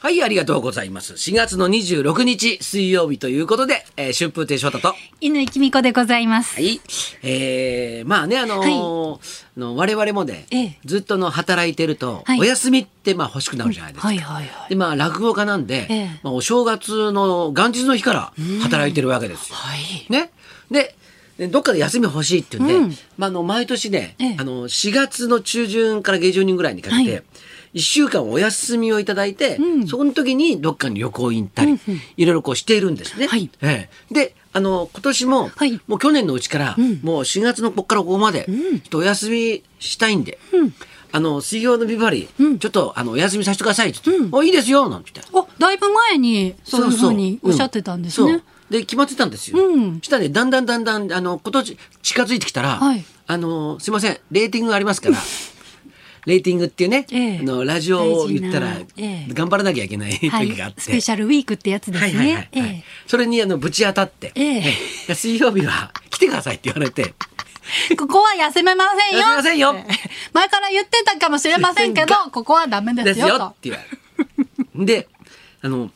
はい、ありがとうございます。4月の26日水曜日ということで、えー、春風亭昇太と。は犬きみこでございます。い。えー、まあね、あのーあの我々もね、ええずっとの働いてると、はいお休みってまあ欲しくなるじゃないですか。はいはいはい。でまあ、落語家なんで、ええまあ、お正月の元日の日から働いてるわけですよ。はい。ね、ででどっかで休み欲しいって言うんで、うんまあ、あの毎年ね、ええあの4月の中旬から下旬ぐらいにかけて、はい1週間お休みをいただいて、うんそこの時にどっかに旅行に行ったり、いろいろこうしているんですね。はいええであの今年も、はいもう去年のうちから、んもう4月のここからここまで、んちょっとお休みしたいんで、うんあの水曜のビバリー、うんちょっとあのお休みさせてくださいって言って、うんおいいですよなんて言って。お、だいぶ前にそういうふうにそおそっしゃってたんですね。うんそうで決まってたんですよ。うんしたらねだんだんだんだんあの今年近づいてきたら、はいあのすいませんレーティングがあります から。レーティングっていうね、ええあのラジオを言ったら大事なええ頑張らなきゃいけない時はいがあって、スペシャルウィークってやつですはいはいはいね。はいそれにあのぶち当たって、ええね水曜日は来てくださいって言われてええここは休めませんよ。休めませんよって前から言ってたかもしれません けど、ここはダメ でですすよよっと。て言われる。 であの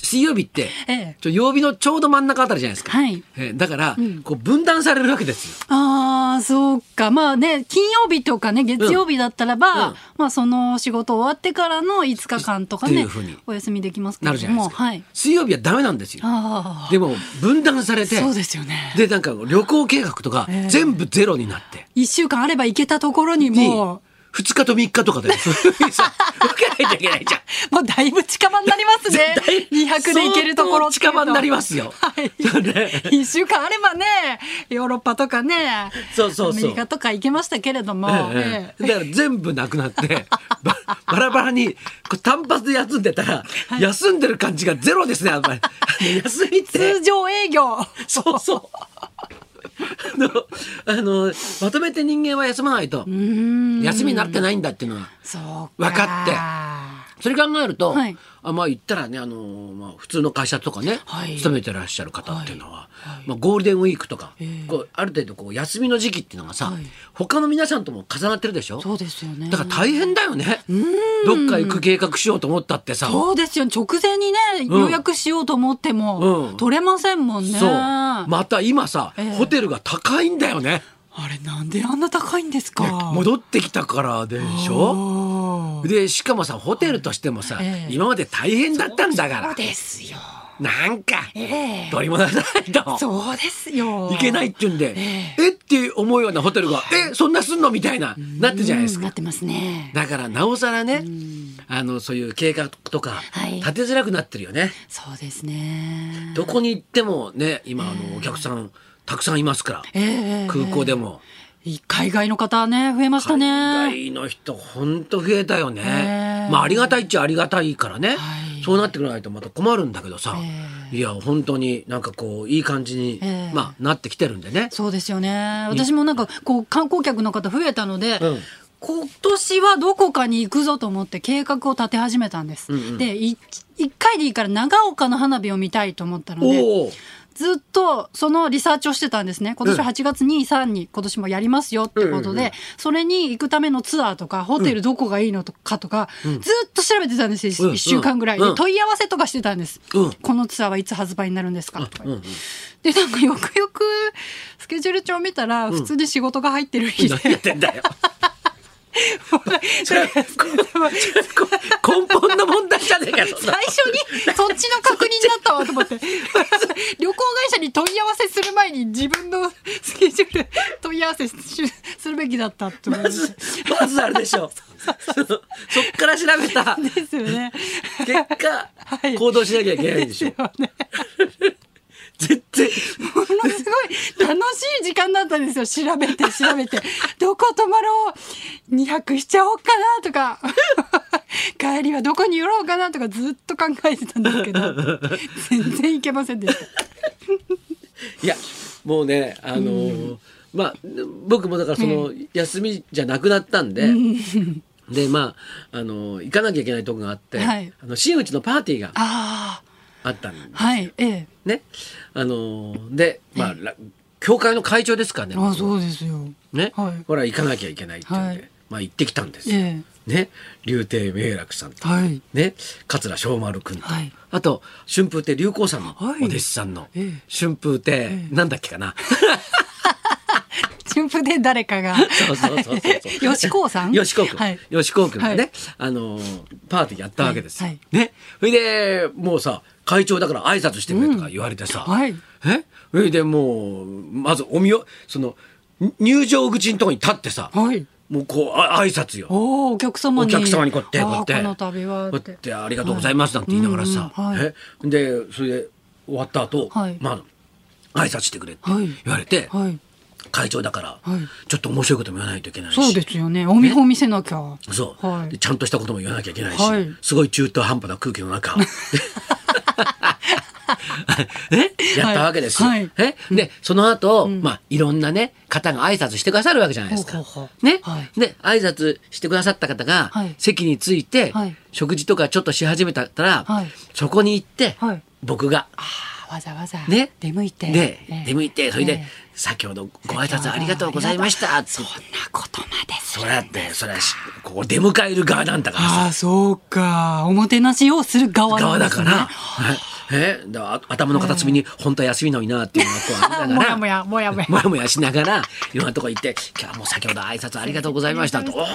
水曜日って、ええちょ曜日のちょうど真ん中あたりじゃないですか、はいええだから、うんこう分断されるわけですよ。ああ、そうか。まあね、金曜日とかね、月曜日だったらば、うんまあその仕事終わってからの5日間とかっていねうふうに、お休みできますけなれるじどゃないも、ですか、はい。水曜日はダメなんですよあでも分断されあ、てそうですよね。でなんか旅行計画とかええ全部ゼロになって、一週間あれば行けたところにもう、 2日と3日と かでそういうさ分けないといけないじゃん。もうだいぶ近場になりま すね絶対。 200で行けるところっていう相当近と場になりますよはい。 それ1週間あればね、ヨーロッパとかね、そうそうそうアメリカとか行けましたけれども、ええええだから全部なくなってばバラバラにこう単発で休んでたら、休んでる感じがゼロですねあんま りあの休みって通常営業。そうそう。あの、あの、まとめて人間は休まないと、うん休みになってないんだっていうのは。そう分かってそれ考えると、はいあまあ言ったらね、あの、まあ普通の会社とかね、はい勤めてらっしゃる方っていうのは、まあゴールデンウィークとか、ええこうある程度こう休みの時期っていうのがさ、はい他の皆さんとも重なってるでしょそうですよね。だから大変だよね。どっか行く計画しようと思ったってさ。そうですよ直前にね、ん予約しようと思っても、うん取れませんもんね。そうあまた今さ、ええホテルが高いんだよね。れなんであんな高いんですか。戻ってきたからでしょあーでしかもさホテルとしてもさ、ええ今まで大変だったんだからそうですよ。なんか、ええどうにもならないとそうですよ。いけないって言うんでええって思うようなホテルがえそんなすんのみたいななってじゃないですうんなかってますね。だからなおさらねあのそういう計画とかはい立てづらくなってるよね、そうですね。どこに行ってもね今あのお客さんたくさんいますから、ええ空港で。も海外の方ね、増えました海ね。外の人ほんと増えたよね、ええまあありがたいっちゃありがたいからね、はいそうなってくれないとまた困るんだけどさ、えいや本当になんかこういい感じに、ええまあなってきてるんでねそうですよね。私もなんか、こう、観光客の方増えたので、うん今年はどこかに行くぞと思って計画を立て始めたんです。うんうんで、い一回でいいから長岡の花火を見たいと思ったので、おおずっとそのリサーチをしてたんですね。今年うんは8月2、3に今年もやりますよってことで、うんうんうんそれに行くためのツアーとか、ホテルどこがいいのとかとか、ずっと調べてたんですよ。うんうん1週間ぐらい、うんで。問い合わせとかしてたんです。うんこのツアーはいつ発売になるんですかとか、うんうんで、なんかよくよくスケジュール帳見たら、普通に仕事が入ってる日で。何やってんだよそれ根最本の問題じゃねえかそんな初にそっちの確認だったわ と思って旅行会社に問い合わせする前に自分のスケジュール問い合わせしするべきだったと思いまましずまずあれでしょそのそっから調べたたですよね。結果、はい行動しなきゃいけないでしょですよね。絶対 ものすごい楽しい時間だったんですよ。調べて調べて。どこ泊まろう ?2 泊しちゃおうかなとか。 帰りはどこに寄ろうかなとかずっと考えてたんですけど、全然行けませんでした。いやもうねあのーまあ僕もだからその休みじゃなくなったんで、でまああのー行かなきゃいけないとこがあって、はいあの真打ちのパーティーがああったんあ、はい、ええ。ねあのーでまあ、ら教会の会長ですからねああ、そうですよ。ね、はいほら行かなきゃいけないっていうんで、はいまあ、行ってきたんですよ。えね、竜亭明楽さんとえ、はい。ね、桂昌丸君と、はいあと春風亭流行さんのおはい弟子さんの、ええ春風亭、なんだっけかな春風で誰かが。 そうそうそうそうはい吉高さん。吉高君、はい。吉高君がね、はいあのーパーティーやったわけですよ。はいね、それでもうさ会長だから挨拶してくれとか言われてさ、うんはいえそれでもうまずおみよそのに入場口のとこに立ってさ、はい。もうこうあ挨拶よ。おお、お客様おに。客様にこうやってあこーうやってこの旅は。こうやってありがとうございますなんて言いながらさ、はいうんうんはえでそれで終わった後、はいまあ挨拶してくれってはい言われて、はい。会長だから、はいちょっと面白いことも言わないといけないしそうですよね。お見本見せなきゃ。そう、はいでちゃんとしたことも言わなきゃいけないし、はいすごい中途半端な空気の 中 えやったわけですよ。はいはいえでその後、まあいろんなね方が挨拶してくださるわけじゃないですか。ほうほうほうね、はいで挨拶してくださった方が、はい席について、はい食事とかちょっとし始めたら、はいそこに行って、はい僕がああ、わざわざ。ね出向いて。で、ええ出向いてそれで、ええ先ほどご挨拶ありがとうございましたつそっんてなことまですそるれだってそれはしこう出迎える側なんだからさああ、そうか。おもてなしをする側な側んでだすかねら、はいえだからあ頭の片隅に本当は休みのになっていうのがこうありながらもやもやもやももややもやしながらいろんなとこ行って「今日はもう先ほど挨拶ありがとうございました」と「おー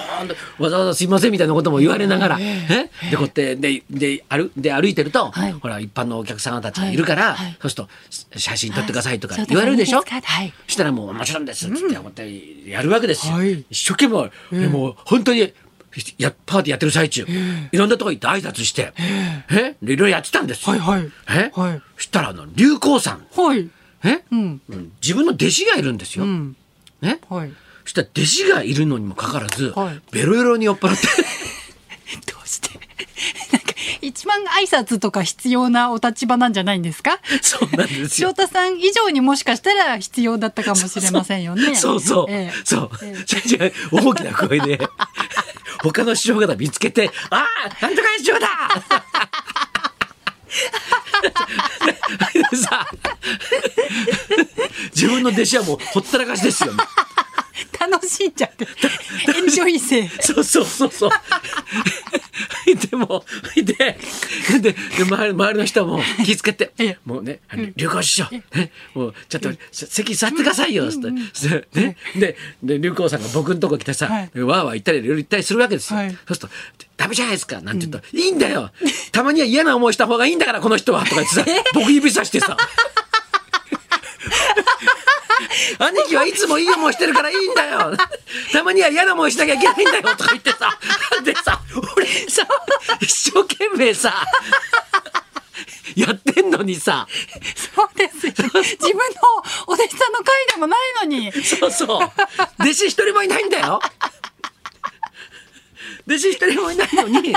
わざわざすいません」みたいなことも言われながら、えでこうやってでで歩で歩いてると、はいほら一般のお客様たちがいるから、はいはいそうすると「写真撮ってください」とか言われるでしょ。そうだはい。そしたらもうもちろんですっつって思ってやるわけですよ。はい一生懸命、でもう本当にやパーティーやってる最中、いろんなとこ行って挨拶して、えでいろいろやってたんですよ。はいはいえはいそしたらあの流行さん、はい。えうん。うん自分の弟子がいるんですよ。うん。ね、 はい。どそしたら弟子がいるのにもかかわらず、はいベロベロに酔っ払 って。うして なんか、一番挨拶とか必要なお立場なんじゃないんですかそうなんです翔よ。太さん以上にもしかしたら必要だったかもしれませんよね。 そうそう、ええそう、ええそれじゃ大きな声で 他の師匠方見つけて「ああなんとか師匠だ!」 でさ自分の弟子はもうほったらかしですよ。楽しん じゃって。エンジョイ性。そうそうそうそう。でも、いて、で、で周り周りの人も気遣ってええ、もうね、旅行師匠、ねもうちょっとせ席座ってくださいよ、つって。そうね、で、で、旅行さんが僕のとこ来てさ、はわいーわー言ったり、いろいろ言ったりするわけですよ。はいそうすると、ダメじゃないですか、なんて言ったら、いいんだよたまには嫌な思いした方がいいんだから、この人はとか言って さ、僕指さしてさ。兄貴はいつもいい思いしてるからいいんだよたまには嫌な思いしなきゃいけないんだよとか言ってさでさ俺さ一生懸命さやってんのにさそうですよ。 自分のお弟子さんの回でもないのに。そうそう弟子一人もいないんだよ弟子一人もいないのに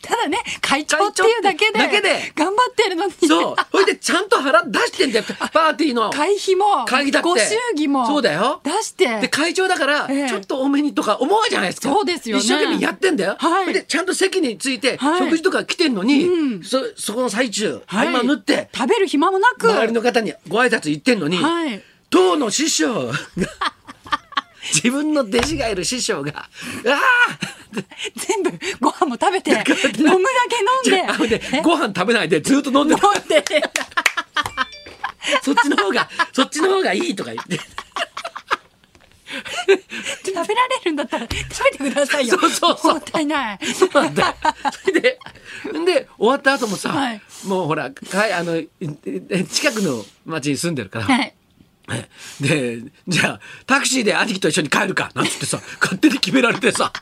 ただね、会長っていうだけで、会長ってだけで頑張ってるのに、そうほいでちゃんと腹出してんだよパーティーの。会費も、会費だってご祝儀も、そうだよ出して、で会長だからええちょっと多めにとか思うじゃないですか、そうですよね一生懸命やってんだよ、はいでちゃんと席についてはい食事とか来てんのに、うんそそこの最中はい合間縫って食べる暇もなく、周りの方にご挨拶行ってんのに、はい。当の師匠が 自分の弟子がいる師匠が「ああ!全部、ご飯も 食べて、飲むだけじゃあ」飲んで、でご飯食べないでずっと飲んでた飲んで、そっちの方がそっちの方がいいとか言って。食べられるんだったら食べてくださいよ。そうそうそうもったいない。そうなんだよ。それ で、で、終わった後もさ、はいもうほら、かい、あの、いい近くの町に住んでるから、はい。で、じゃあ、タクシーで兄貴と一緒に帰るか、なんつ ってさ、勝手に決められてさ、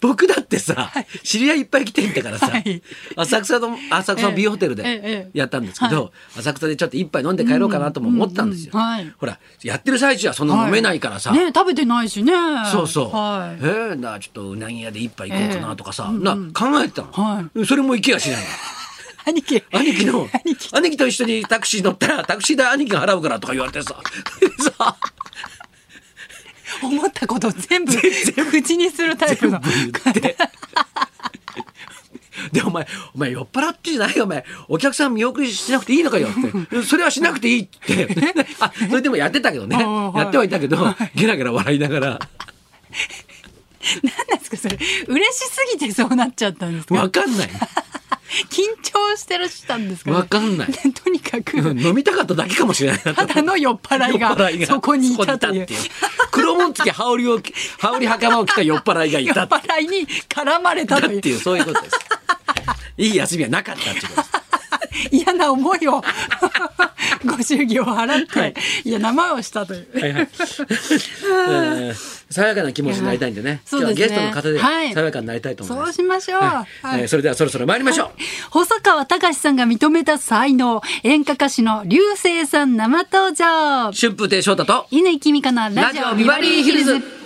僕だってさ、知り合いいっぱい来てんだからさ、はい浅草の、浅草のビューホテルええでええやったんですけど、は浅草でちょっと一杯飲んで帰ろうかなとも思ったんですよ。うんうんはいほら、やってる最中はそんな飲めないからさ、ね食べてないしね。そうそう。はえい。ーなあちょっとうなぎ屋で一杯行こうかなとかさ、ええうんうんな考えてたの、はそれも行きやしない 兄の。貴。兄貴の兄貴兄貴と一緒にタクシー乗ったらタクシー代兄貴が払うからとか言われてさ さ思ったこと全部、口にするタイプ全部の。言って。でお前お前酔っ払ってんじゃないよお前お客さん見送りしなくていいのかよってそれはしなくていいって あそれでもやってたけどねああはいやってはいたけどゲラゲラ笑いながら何なんですかそれ嬉しすぎてそうなっちゃったんですかわか んない。緊張してらっしゃったんですか、わかんない とにかく、うん飲みたかっただけかもしれないなとただの酔っ払いが酔っ払 そこにいたとそこいうって黒紋付き羽織を 着羽織袴を着た酔っ払いがい酔ったっ払いに絡まれたといてういうそういうことですいい休みはなかったっていうことです 嫌な思いを ご祝儀を払って、い、や名前をしたという。はいはい。えー爽やかな気持ちになりたいんでね。いやはい今日はゲストの方ではい爽やかになりたいと思います。そうしましょうはいはいえーそれではそろそろ参りましょう。細川隆さんが認めた才能演歌歌手の流星さん生登場春風亭昇太と乾きみかのラジオビバリーヒルズ